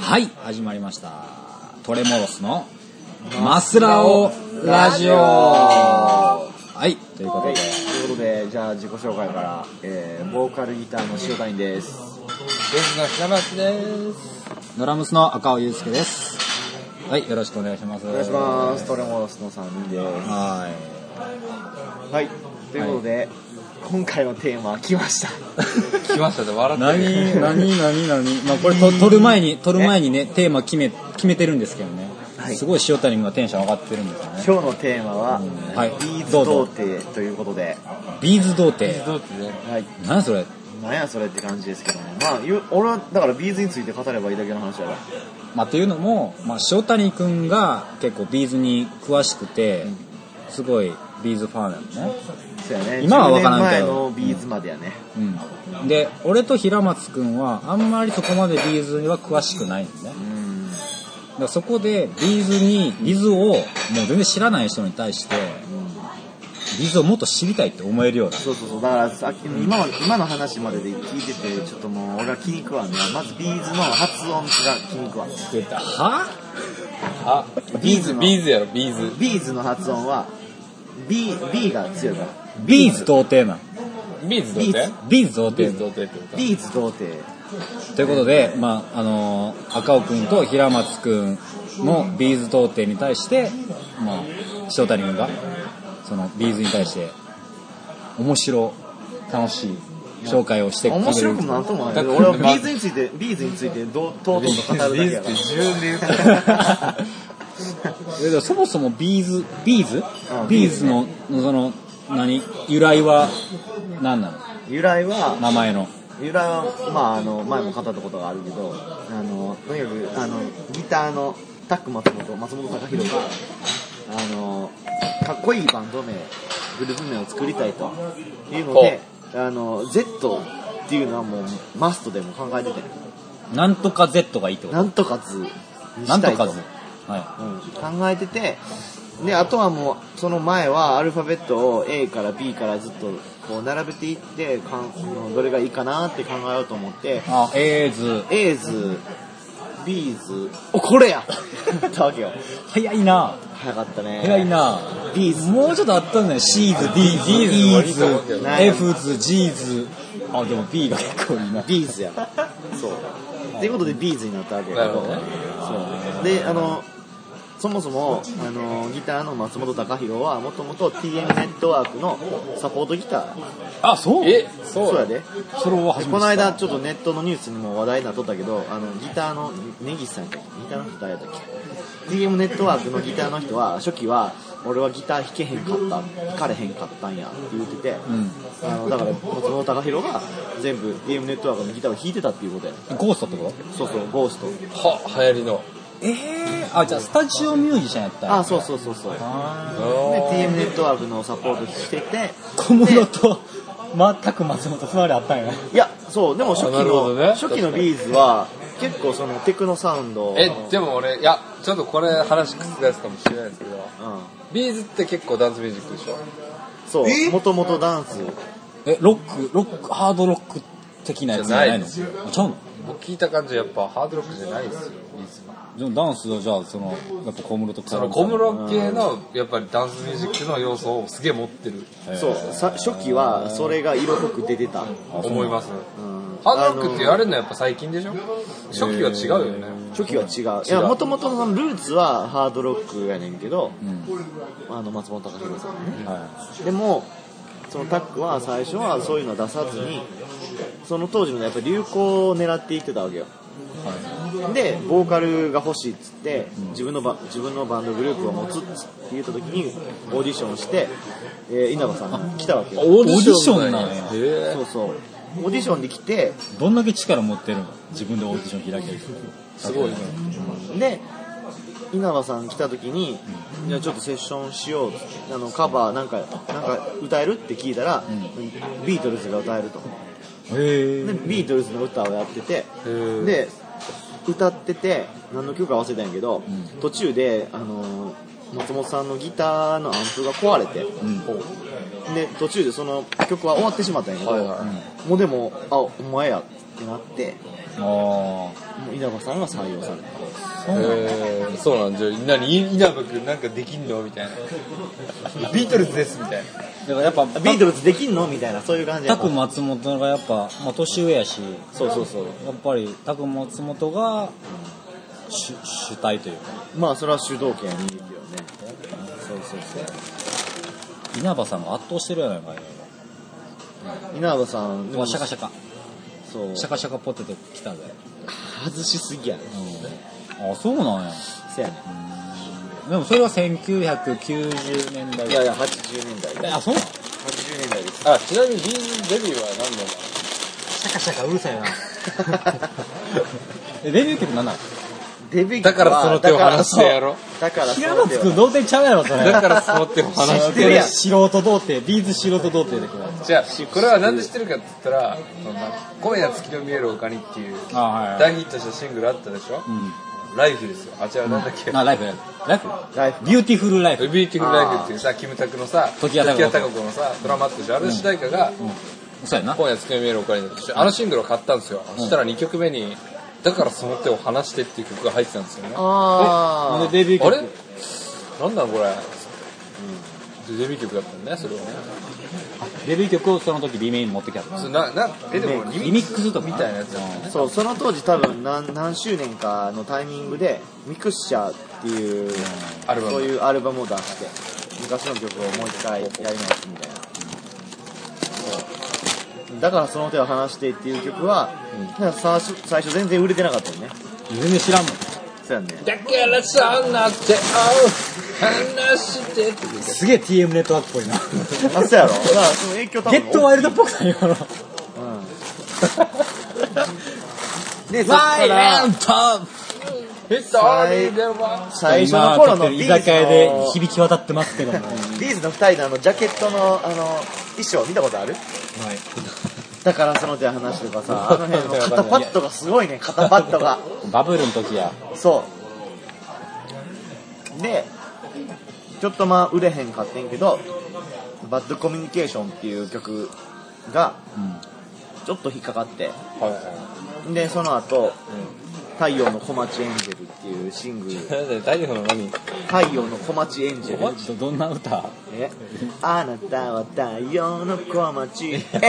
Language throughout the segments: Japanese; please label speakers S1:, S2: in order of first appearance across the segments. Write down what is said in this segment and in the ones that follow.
S1: はい始まりましたトレモロスのマスラオラジオはいということ
S2: は
S1: で
S2: い、ということで、じゃあ自己紹介から、えー、ボーカルギターの塩谷です。ベースの平松です。
S1: ドラムスの赤尾祐介ですはいよろしくお願いします
S2: お願いします。トレモロスの3人で
S1: は
S2: す。はい、ということで、今回のテーマ来ま した。
S3: 来ましたね、笑
S1: い
S3: ってる。
S1: 何何何何まあこれと撮る前に撮る前にねテーマ決め決めてるんですけどね、
S2: はい
S1: すごい塩谷君がテンション上がってるんですよね
S2: 今日のテーマは、
S1: はい
S2: ビーズ
S1: どうぞ
S2: 童貞ということで、
S1: ビーズ童貞
S3: どうってね。
S2: はい、
S1: 何それ
S2: なんやそれって感じですけどね。まあ、ゆ俺はだからビーズについて語ればいいだけの話だから。
S1: まあ、というのも、まあ、塩谷君が結構ビーズに詳しくて、すごいビーズファンなのね、
S2: そうやね。
S1: 今は分からんけど
S2: 10年前のビーズまでやね。
S1: うん、で俺と平松君はあんまりそこまでビーズには詳しくないのねだか
S2: うん。
S1: らそこでビーズにビーズをもう全然知らない人に対してビーズをもっと知りたいって思えるような
S2: そうそうそうだからさっきの今は今の話までで聞いててちょっともう俺は気に食わんねまずビーズの発音が気に食わん
S1: 出たは
S3: あ、ビーズ、
S2: の
S3: ビーズやろ、ビーズ。
S2: ビーズの発音は B, B が強いから
S1: ビーズ童貞な
S3: ビーズどうっ
S2: ビー
S3: て
S2: ズ
S1: ビーズ童
S3: ビー
S1: 貞
S3: ズどうってってこと
S2: ビーズ童貞
S1: ということで、まああのー赤尾君と平松君のビーズ童貞に対して、まあ、塩谷君がそのビーズに対して面白楽しい紹介をしてくれる
S2: 面白くもな んともないけど
S3: だっ
S2: 俺
S3: て
S2: はビーズについてビーズについてどうとうとうと語るだけやか
S3: ビ
S2: ら
S3: ーズって自分で言った。
S1: えでもそもそもビーズビーズ
S2: あ
S1: ビーズのその何由来は何なの
S2: 由来は
S1: 名前の
S2: 由来はまああの前も語ったことがあるけどあのとにかくあのギターのタック松本松本隆弘があのかっこいいバンド名グループ名を作りたいというのであの Z っていうのはもうマストでも考えてて
S1: なんとか Z がいいってこ
S2: なんとか図に
S1: とな
S2: し
S1: んと
S2: たいと
S1: か Z、は
S2: うん、考えててであとはもうその前はアルファベットを A から B からずっとこう並べていってかんあのどれがいいかなって考えようと思って
S1: い、あエーズ
S2: A 図 B 図おこれやったわけよ
S1: 早いな
S2: 早かったね
S1: 早いな
S2: B 図
S1: もうちょっとあったんだよ。シーズ、D ズ、E ズ、F ズ、G ズ。あ、でも B が結構いいな。
S2: ビーズやそうっていうことでビーズになったわけや
S3: な
S2: け
S3: る
S2: ど
S3: ほどね
S2: そうであのそもそもあのギターの松本隆弘はもともと TM ネットワークのサポートギター
S1: あ、そ
S3: え、そう
S2: そうや
S3: や
S2: で
S1: それを
S2: で
S1: 初めて知った。
S2: この間ちょっとネットのニュースにも話題になっとったけどあのギターの根岸さんやったっけギターの人誰やったっけ TM ネットワークのギターの人は初期は俺はギター弾けへんかった弾かれへんかったんやって言ってて、
S1: うん。
S2: あのだから松本隆弘が全部 TM ネットワークのギターを弾いてたっていうことやね
S1: ゴーストってこと
S2: そうそうゴースト
S3: は、流行りの。
S1: ええあ、じゃあスタジオミュージシャンやった
S2: あ
S1: あ、
S2: そうそうそうそうで
S1: あ
S2: TM ネットワークのサポートしてて
S1: 小室と、全く松本つまりあったんや。
S2: いやそうでも初期
S3: あなるほ
S2: の、
S3: どね
S2: 初期のビーズは結構そのテクノサウンド
S3: え、でも俺、いや、ちょっとこれ話覆すかもしれないですけど、
S2: うん
S3: ビーズって結構ダンスミュージックでしょ
S2: そうもともとダンス
S1: え、ロック、ロック、ハードロック的なやつじゃないの
S3: じゃない
S1: あちゃうの
S3: 僕聞いた感じやっぱハードロックじゃないですよ、ビーズは。
S1: でもダンスはじゃあ、その、やっぱ小室と比べ
S3: その小室系の、やっぱりダンスミュージックの要素をすげえ持ってる、
S2: そうさ初期はそれが色濃く出てた、
S3: 思います。
S2: うん
S3: ハードロックって言わ
S2: あの
S3: れるのはやっぱ最近でしょ初期は違うよね。
S2: 初期は違ういやもともとのルーツはハードロックやねんけど、あの松本隆弘さんね
S1: は
S2: でもそのタックは最初はそういうのは出さずにその当時のやっぱ流行を狙っていってたわけよ
S1: い。は
S2: でボーカルが欲しいっつって自分のバ自分のバンドグループを持つっつって言った時にオーディションして、えー稲葉さんが来たわけよ
S1: オーディションなんや
S3: オーディションなんやへ
S2: そうそうオーディションで来て
S1: い。どんだけ力持ってるの自分でオーディション開ける
S3: えすごいね。
S2: で稲葉さん来た時に、じゃあちょっとセッションしようっつってあのカバーなんかなんか歌えるって聞いたら、ビートルズが歌えると
S1: へ
S2: で
S1: え。
S2: ビートルズの歌をやってて
S3: へー
S2: で歌ってて何の曲か忘れたんやけど、途中で、あのー松本さんのギターのアンプが壊れて
S1: うん。
S2: で途中でその曲は終わってしまったんやけど、
S3: はいは
S2: もうでもあお前やってなって
S1: あ
S2: もう稲葉さんが採用された
S1: あそうなん
S3: へーそうなんじゃなにい稲葉君なんかできんのみたいなビートルズですみたいな
S1: だからやっぱ
S2: ビートルズできんのみたいなそういう感じや
S1: タ
S2: な
S1: ク松本がやっぱ、まあ、年上やし
S2: そうそうそう
S1: やっぱりタク松本が主主体というか
S2: まあそれは主導権を握るよねそうそうそ
S1: 稲葉さんが圧倒してるやないかいろいう
S2: 稲葉さん
S1: ろうわシャカシャカ
S2: そう
S1: シャカシャカポテト来たぜ、
S2: 外しすぎやね
S1: うん、あそうなんや
S2: せやね
S1: でもそれは1990年代
S2: いやいや80年代
S1: え
S2: だ
S1: あそうなん
S2: 80年代 です
S3: あちなみにビーズデビューは何年
S1: シャカシャカうるさいなえデビュー曲なんなの
S2: デビュー
S3: だからその手を離してやろ
S2: だから
S1: 平松くん童
S2: ど
S1: 貞ちゃうやろそれ
S3: だからその手を離
S2: 知
S3: し
S2: っててるやん
S1: 素人童貞ビーズ素人童貞でこれ
S3: じゃあこれは何で知ってるかって言ったら「そんな今夜月の見える丘に」っていう
S1: あはい
S3: 大ヒットしたシングルあったでしょ
S1: うん
S3: ライフですよあ違うなんだっけ
S1: あライフライフ
S2: ライフ
S1: ビューティフルライフ
S3: ビーティングライフっていうさキムタクのさ
S1: 常盤貴子
S3: 貴子のさドラマあったでしょあれの主題歌が
S1: そうやな
S3: 今夜月の見える丘にだったでしょあのシングルを買ったんですよそしたら2曲目に「だからその手を離して」っていう曲が入ってたんですよね
S1: ほ
S2: あ
S1: んでデビュー
S3: あ
S1: 曲
S3: れなんだろうこれ、デビュー曲だったんだねそれはね
S1: デビュー曲をその時 B メインに持ってきた
S3: それななえでもリ
S1: リ
S3: ミッ
S1: ミックスとか
S3: みたいなやつだった
S2: あそうその当時多分何何周年かのタイミングでミクッシャーっていう
S3: アルバム
S2: そういうアルバムを出して昔の曲をもう一回やり直すみたいなそうだからその手を離してっていう曲は、なんかさ最初全然売れてなかったよね
S1: 全然知らんもん
S2: そうやね
S3: だからそんな手を離してって
S1: すげえ TM ネットワークっぽ いな
S2: あそうや ろだからその影響多
S1: ゲ
S2: 分
S1: ットワイルドっぽくないよ な
S2: うんでそっから
S1: ト
S3: 一人では
S2: 最初の頃の
S1: 居
S2: ビー
S1: 酒
S2: ズ
S1: 屋で
S2: の
S1: 響き渡ってますけどもはい
S2: ビーズの二人のあのジャケットのあの衣装見たことあるだからその手話してとかさ、あの辺の肩パッドがすごいね、肩パッドが。
S1: バブルの時や
S2: そう。で、ちょっとまあ売れへんかってんけど、バッドコミュニケーションっていう曲が
S1: うん
S2: ちょっと引っかかって、
S3: はいは
S2: で、その後、太陽の小町エンジェルっていうシング ル、
S3: い大丈夫なの何
S2: 太陽の小町エンジェル。
S1: どどんな 歌
S2: えあなたは太陽の小町エンジ ェル。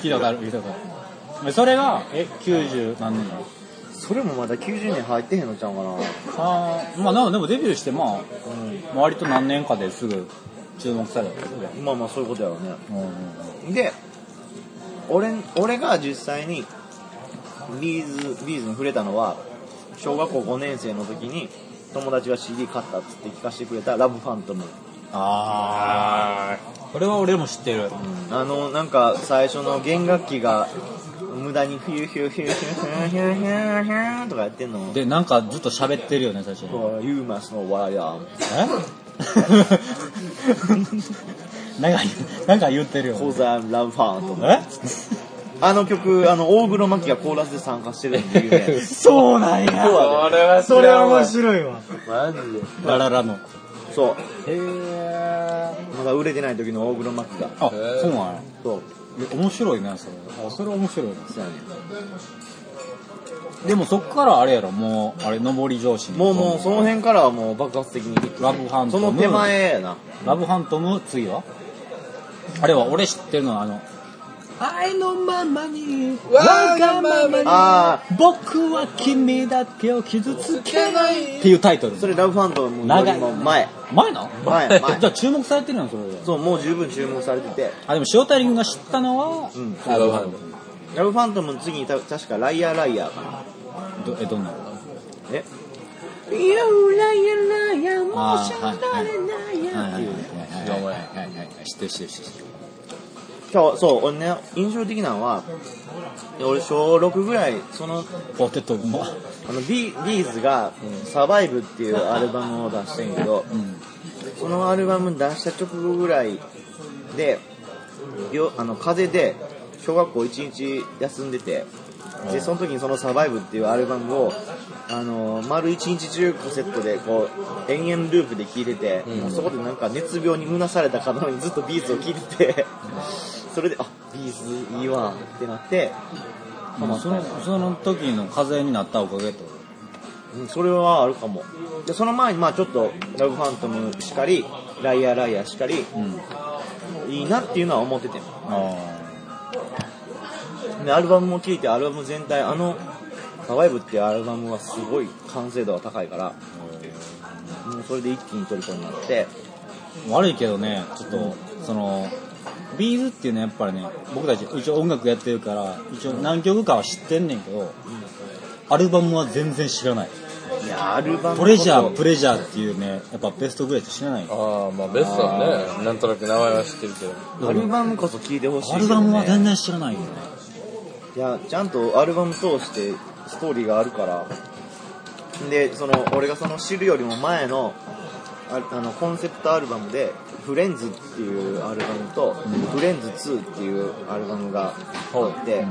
S1: 聞いたことある聞いたことあるそれがえ90何年だろう
S2: それもまだ90年入ってへんのちゃうかな。
S1: あーまあでもでもデビューしてまあ割と何年かですぐ注目されたってことだよ
S2: まあまあそういうことやろうね。
S1: うんうん
S2: で俺俺が実際にビーズビーズに触れたのは小学校5年生の時に友達が CD 買ったっつって聞かせてくれた「ラブファントム」
S1: ああこれは俺も知ってる
S2: あのなんか最初の弦楽器が無駄にヒューヒューヒューヒューヒューヒューヒューヒューとかやってんの
S1: でなんかずっと喋ってるよね最初に
S2: こう You must know what I am
S1: え なんかなんか言ってるよ
S2: cause I'm love phantom
S1: え
S2: あの曲あの大黒摩季がコーラスで参加してるっていうね
S1: そうなんや
S3: これは
S1: それ面白いわ
S3: マジで
S1: ラララのへ
S2: そう
S1: え
S2: まだ売れてない時の大黒摩季が
S1: あそうなんや
S2: そう
S1: え面白いねそれあそれ面白いね
S2: そうやね
S1: でもそっからあれやろもうあれ上り上司に
S2: もうもうその辺からはもう爆発的にヒット
S1: ラブハント
S2: そ
S1: ム
S2: の手前やな
S1: ラブハントム、次はあれは、俺知ってるのは、あの、愛のままに、わがまま
S2: あ
S1: に、僕は君だけを傷つけな
S3: う
S1: いっていうタイトル
S2: あ。それラブファントムよ
S1: 長
S2: り
S1: い
S2: も前
S1: 前なの
S2: 前前
S1: じゃあ注目されてるのそれで。
S2: そうもう十分注目されてて
S1: あ、でも塩谷君が知ったのは、
S2: うん
S1: ラブハントム
S2: ラブファントムの次にた確かライアーライアーかな
S1: どえ、どんなの
S2: えいやライアーライアーもう
S1: あ
S2: し
S1: ーはい
S2: ゃれないや
S1: はいはいはい
S2: っていう
S1: はいはいはいはい知ってる知ってる知ってる
S2: 今日そう俺ね印象的なのは俺小6ぐらいその
S1: ポテトうま
S2: あのビービーズが「サバイブ」っていうアルバムを出してんけど、
S1: ん
S2: そのアルバム出した直後ぐらいでよあの風邪で小学校1日休んでてでその時にその「サバイブ」っていうアルバムをあの丸1日中カセットでこう延々ループで聴いてて、そこでなんか熱病にむなされたかのようにずっとビーズを聴いててそれであビーズいいわってなってハマった
S1: そのその時の風になったおかげってこ
S2: うんそれはあるかもでその前にまあちょっと「ラブファントム」しかり「ライアーライアー」しかり
S1: とうん
S2: いいなっていうのは思ってて
S1: あ
S2: でアルバムも聴いてアルバム全体あの「サバイブ」っていうアルバムはすごい完成度が高いからもうそれで一気に虜になって
S1: ー悪いけどねちょっと、そのビーズっていうのはやっぱりね僕たち一応音楽やってるから一応何曲かは知ってんねんけど、アルバムは全然知らない
S2: いやアルバム
S1: トレジャープレジャーっていうねやっぱベストグレート知らない
S3: ああまあベストはねなんとなく名前は知ってるけど
S2: アルバムこそ聴いてほしい
S1: ア
S2: け
S1: ル
S2: ど
S1: バ
S2: ね
S1: ムは全然知らないよね
S2: いやちゃんとアルバム通してストーリーがあるからでその俺がその知るよりも前のああのコンセプトアルバムで「フレンズ」っていうアルバムと「フレンズ2」っていうアルバムがあって、
S4: 放題のラ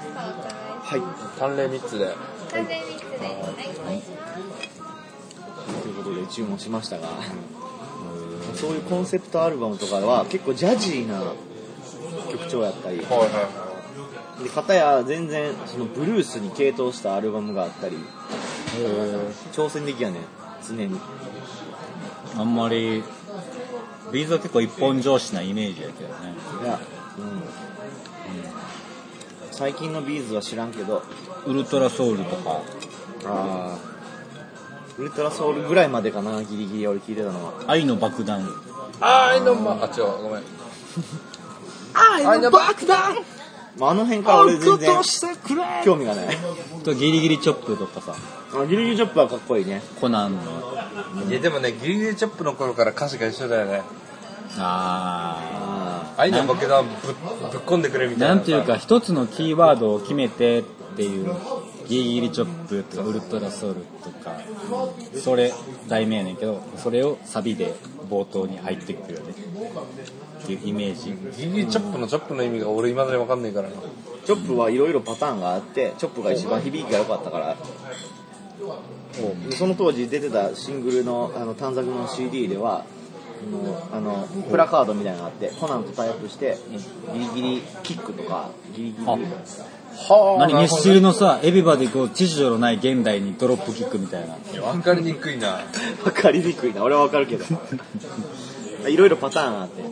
S4: ストをお伺いし
S2: はい
S3: 単麗3つで
S4: ます。完全ミックスです。はい、お願いします。
S2: ということで注文しましたがそういうコンセプトアルバムとかは結構ジャジーな曲調やったり
S3: はいは
S2: で片や全然そのブルースに傾倒したアルバムがあったり挑戦的やね常に
S1: あんまりビーズは結構一本上司なイメージやけどね
S2: いや、うん最近のビーズは知らんけど
S1: ウルトラソウルとか
S2: あウルトラソウルぐらいまでかなギリギリ俺聞いてたのは
S1: 愛の爆弾
S3: あーいのまあ違うごめん
S1: 愛の爆弾
S2: まああの辺から俺全然
S1: してくれ
S2: 興味がない
S1: とギリギリチョップとかさ
S2: あギリギリチョップはかっこいいね
S1: コナンの
S3: いやでもねギリギリチョップの頃から歌詞が一緒だよね
S1: あ
S2: あ
S3: 愛の爆弾ぶっぶっ込んでくれみ
S1: ー
S3: たい
S1: な
S3: なん
S1: ていうか一つのキーワードを決めてっていうギリギリチョップとかウルトラソウルとかそれ題名やねんけどそれをサビで冒頭に入ってくるよねっていうイメージ
S3: ギリギリチョップのチョップの意味が俺未だに分かんないからな
S2: ーチョップはいろいろパターンがあってチョップが一番響きが良かったからその当時出てたシングルのあの短冊の CD ではあのあのプラカードみたいなのがあってコナンとタイアップしてギリギリキックとかギリギリ
S1: あ
S3: は
S1: 何ミスチルのさエビバでこう秩序のない現代にドロップキックみたいな
S3: 分かりにくいな
S2: わかりにくいな俺はわかる けどいろいろパターンあって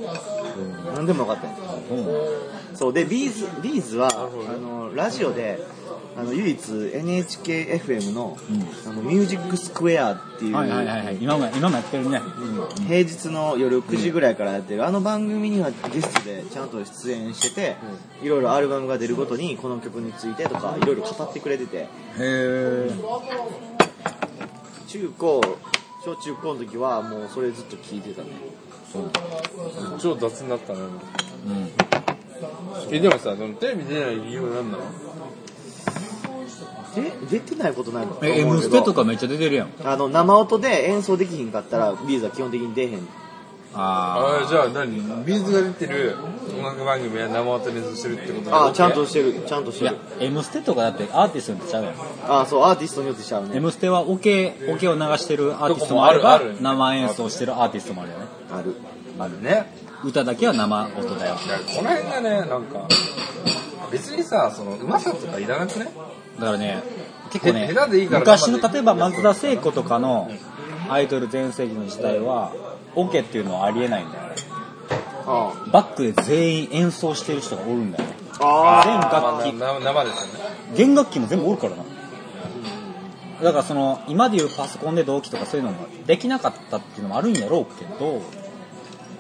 S2: 何でも分かったんやそうでビーズビーズはあのラジオであの唯一 NHKFM の,、あの「ミュージックスクエア」っていう、
S1: はいはいはいはい今も今もやってるね
S2: 平日の夜9時ぐらいからやってる、あの番組にはゲストでちゃんと出演してて、いろいろアルバムが出るごとにこの曲についてとかいろいろ語ってくれてて
S1: へ
S2: 中高小中高の時はもうそれずっと聞いてたね
S3: 超雑になったね
S1: うん
S3: えでもさでもテレビ出ない理由は何なの
S2: で出てないことないのかな
S1: え「
S2: 思
S1: M
S2: うけ
S1: ス
S2: ど
S1: テ」とかめっちゃ出てるやん
S2: あの生音で演奏できひんかったらビーズは基本的に出へん
S1: あ
S3: ああじゃあ何ビーズが出てる音楽番組は生音にしてるってこと
S2: ああちゃんとしてるちゃんとし
S1: あい
S2: て
S1: や「
S2: る
S1: M ステ」とかだってアーティストによってちゃうやん
S2: ああそうアーティストによってしちゃう
S1: 「
S2: ね
S1: M ステ」はオケオケを流してるアーティストもあれ
S3: どこも
S1: ば
S3: あるある
S1: 生演奏してるアーティストもあるよね
S2: ある
S3: あるね
S1: 歌だけは生音だよ
S3: いやこの辺がねなんか別にさそのうまさとかいらなくね
S1: だからね結構ね
S3: へ下手でいいから
S1: 昔の例えば松田聖子とかのアイドル全盛期の時代はオケっていうのはありえないんだよね
S2: あ
S1: バックで全員演奏してる人がおるんだよね
S2: ああ
S1: 全楽器
S3: まあな生ですよね
S1: 弦楽器も全部おるからなだからその今でいうパソコンで同期とかそういうのもできなかったっていうのもあるんやろうけど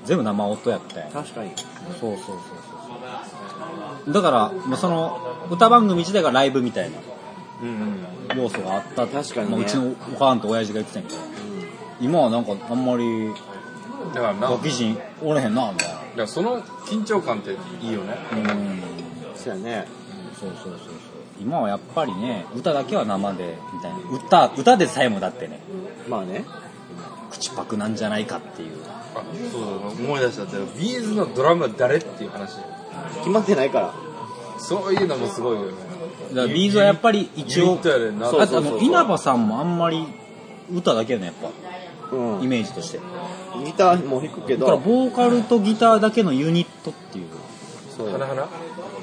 S1: 全部生音やったよ
S2: あ確かに
S1: そうそうそうそうだからまあその歌番組自体がライブみたいな
S3: うんうん
S1: 要素があったって
S2: 確かにね
S1: まあうちのお母んと親父が言ってたんやけど、今はなんかあんまり
S3: だからなだ
S1: ガ
S3: か
S1: キ人おらへんなみたいな
S3: らその緊張感っていいよね
S1: うん
S2: そうやね
S1: そうそうそうそう今はやっぱりね歌だけは生でみたいな歌歌でさえもだってね
S2: まあね
S1: 口パクなんじゃないかっていう
S3: あそうだ思い出したってビーズのドラムは誰っていう話
S2: 決まってないから
S3: そういうのもすごいよね
S1: だからビーズはやっぱり一
S3: ユニ
S1: 応
S3: ットやねんな
S1: あとあ
S2: そうそう
S1: の
S2: そう
S1: 稲葉さんもあんまり歌だけやねやっぱ
S2: うん
S1: イメージとして
S2: ギターも弾くけ
S1: だから
S2: ど
S1: ボーカルとギターだけのユニットっていう
S2: そう
S3: 花々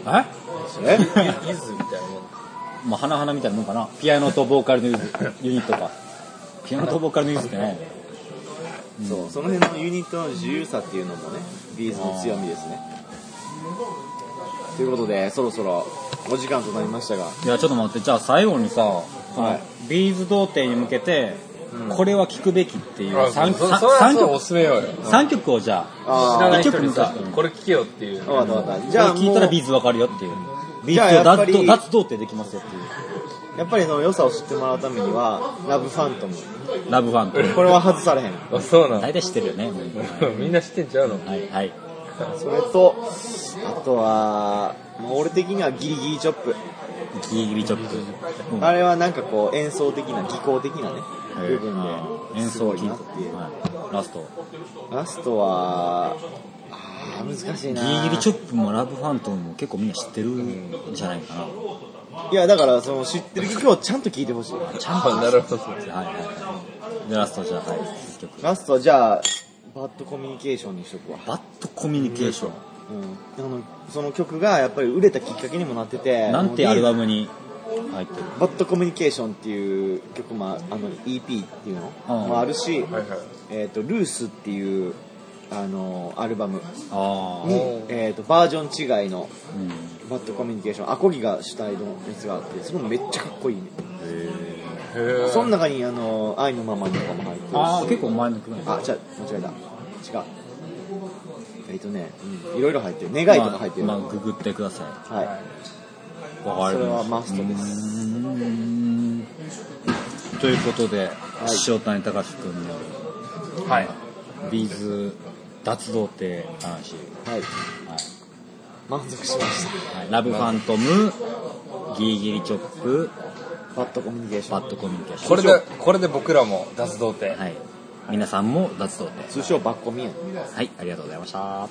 S1: え
S2: え
S3: ゆずみたいなもん。
S1: まあ、花々みたいなもんかな。ピアノとボーカルのユズユニットか。ピアノとボーカルのユズってね。
S2: そうその辺のユニットの自由さっていうのもねビーズの強みですねということでそろそろお時間となりましたが
S1: いや、ちょっと待って、じゃあ最後にさ、その
S2: はい
S1: ビーズ童貞に向けて、
S2: うん
S1: これは聴くべきっていう
S3: あ
S1: 3
S3: そそそれはそうお
S1: 曲、
S3: すすめようよ。
S1: 三曲をじゃあ、
S3: 知ら
S2: あ
S3: ない
S2: あ
S3: 人に
S1: 一
S3: さ
S1: 曲見た、
S3: これ聞けよっていう。
S2: わかったわかった
S1: じ
S2: じゃ
S1: ゃ
S2: あ
S1: あ聴いたら
S2: もう
S1: ビーズわかるよっていう。ビ
S2: じゃ
S1: ー
S2: あ
S1: ズを
S2: やっぱ
S1: 脱
S2: り
S1: 童脱童貞できますよっていう。
S2: やっぱりその良さを知ってもらうためにはラブファントム
S1: ラブファンと。
S2: これは外されへん
S3: あ、そうなの
S1: 大体知ってるよね。もう
S3: みんな知ってんちゃうの
S1: はい、はい。
S2: それとあとはまあ俺的にはギリギリチョップ
S1: ギリギリチョップ。うん
S2: あれはなんかこう演奏的な技巧的なね部分で
S1: 演
S2: す
S1: 奏
S2: ご
S1: を
S2: い
S1: 聴
S2: ないってい
S1: て、
S2: う
S1: はいラスト。
S2: ラストはあー難しい
S1: ギ
S2: な
S1: リギリチョップもラブファントムも結構みんな知ってるんじゃないかな。はい
S2: や、だから、その、知ってる曲をちゃんと聴いてほしい。
S3: あ、なるほど。
S1: いはいはい。で、ラストじゃあ、はい、一曲。
S2: ラストは、じゃあ、バッドコミュニケーションにしとくわ。
S1: バッドコミュニケーション。
S2: うん。あの、その曲が、やっぱり売れたきっかけにもなってて、
S1: なんてアルバ
S2: ム
S1: ムに入ってる
S2: バッドコミュニケーションっていう曲も、あの、EP っていうの
S1: うん
S2: もあるし、
S3: はいはい。
S2: えっと、ルースっていう、あの、アルバム
S1: あ
S2: に
S1: あ、
S3: お、ー
S2: えっと、バージョン違いの、
S1: うん。
S2: バッドコミュニケーション、アコギが主体のやつがあって、それもめっちゃかっこいいね。
S3: へー
S2: その中に、あの、愛のままにとかも入ってるし。
S1: ああ、結構前の曲なんだ。
S2: あ、じゃ間違えた。違う。えっとね、うん、いろいろ入ってる。願いとか入ってる。
S1: まあ、まあググってください。
S2: はい。
S1: わかりました
S2: それはマストです
S1: うーんということで、
S2: い
S1: 塩谷隆君の、はい、ビーズ脱童貞話、
S2: は
S1: は
S2: い。
S1: い
S2: 満足しました。
S1: はいラブファントム、ギリギリチョップ、
S2: バッドコミュニケーショ
S1: バ
S2: ン。
S1: ッドコミュニケーション。
S3: これで、これで僕らも脱童貞。
S1: はい。皆さんも脱童貞。
S2: 通称バッコミやん。
S1: はい、ありがとうございました。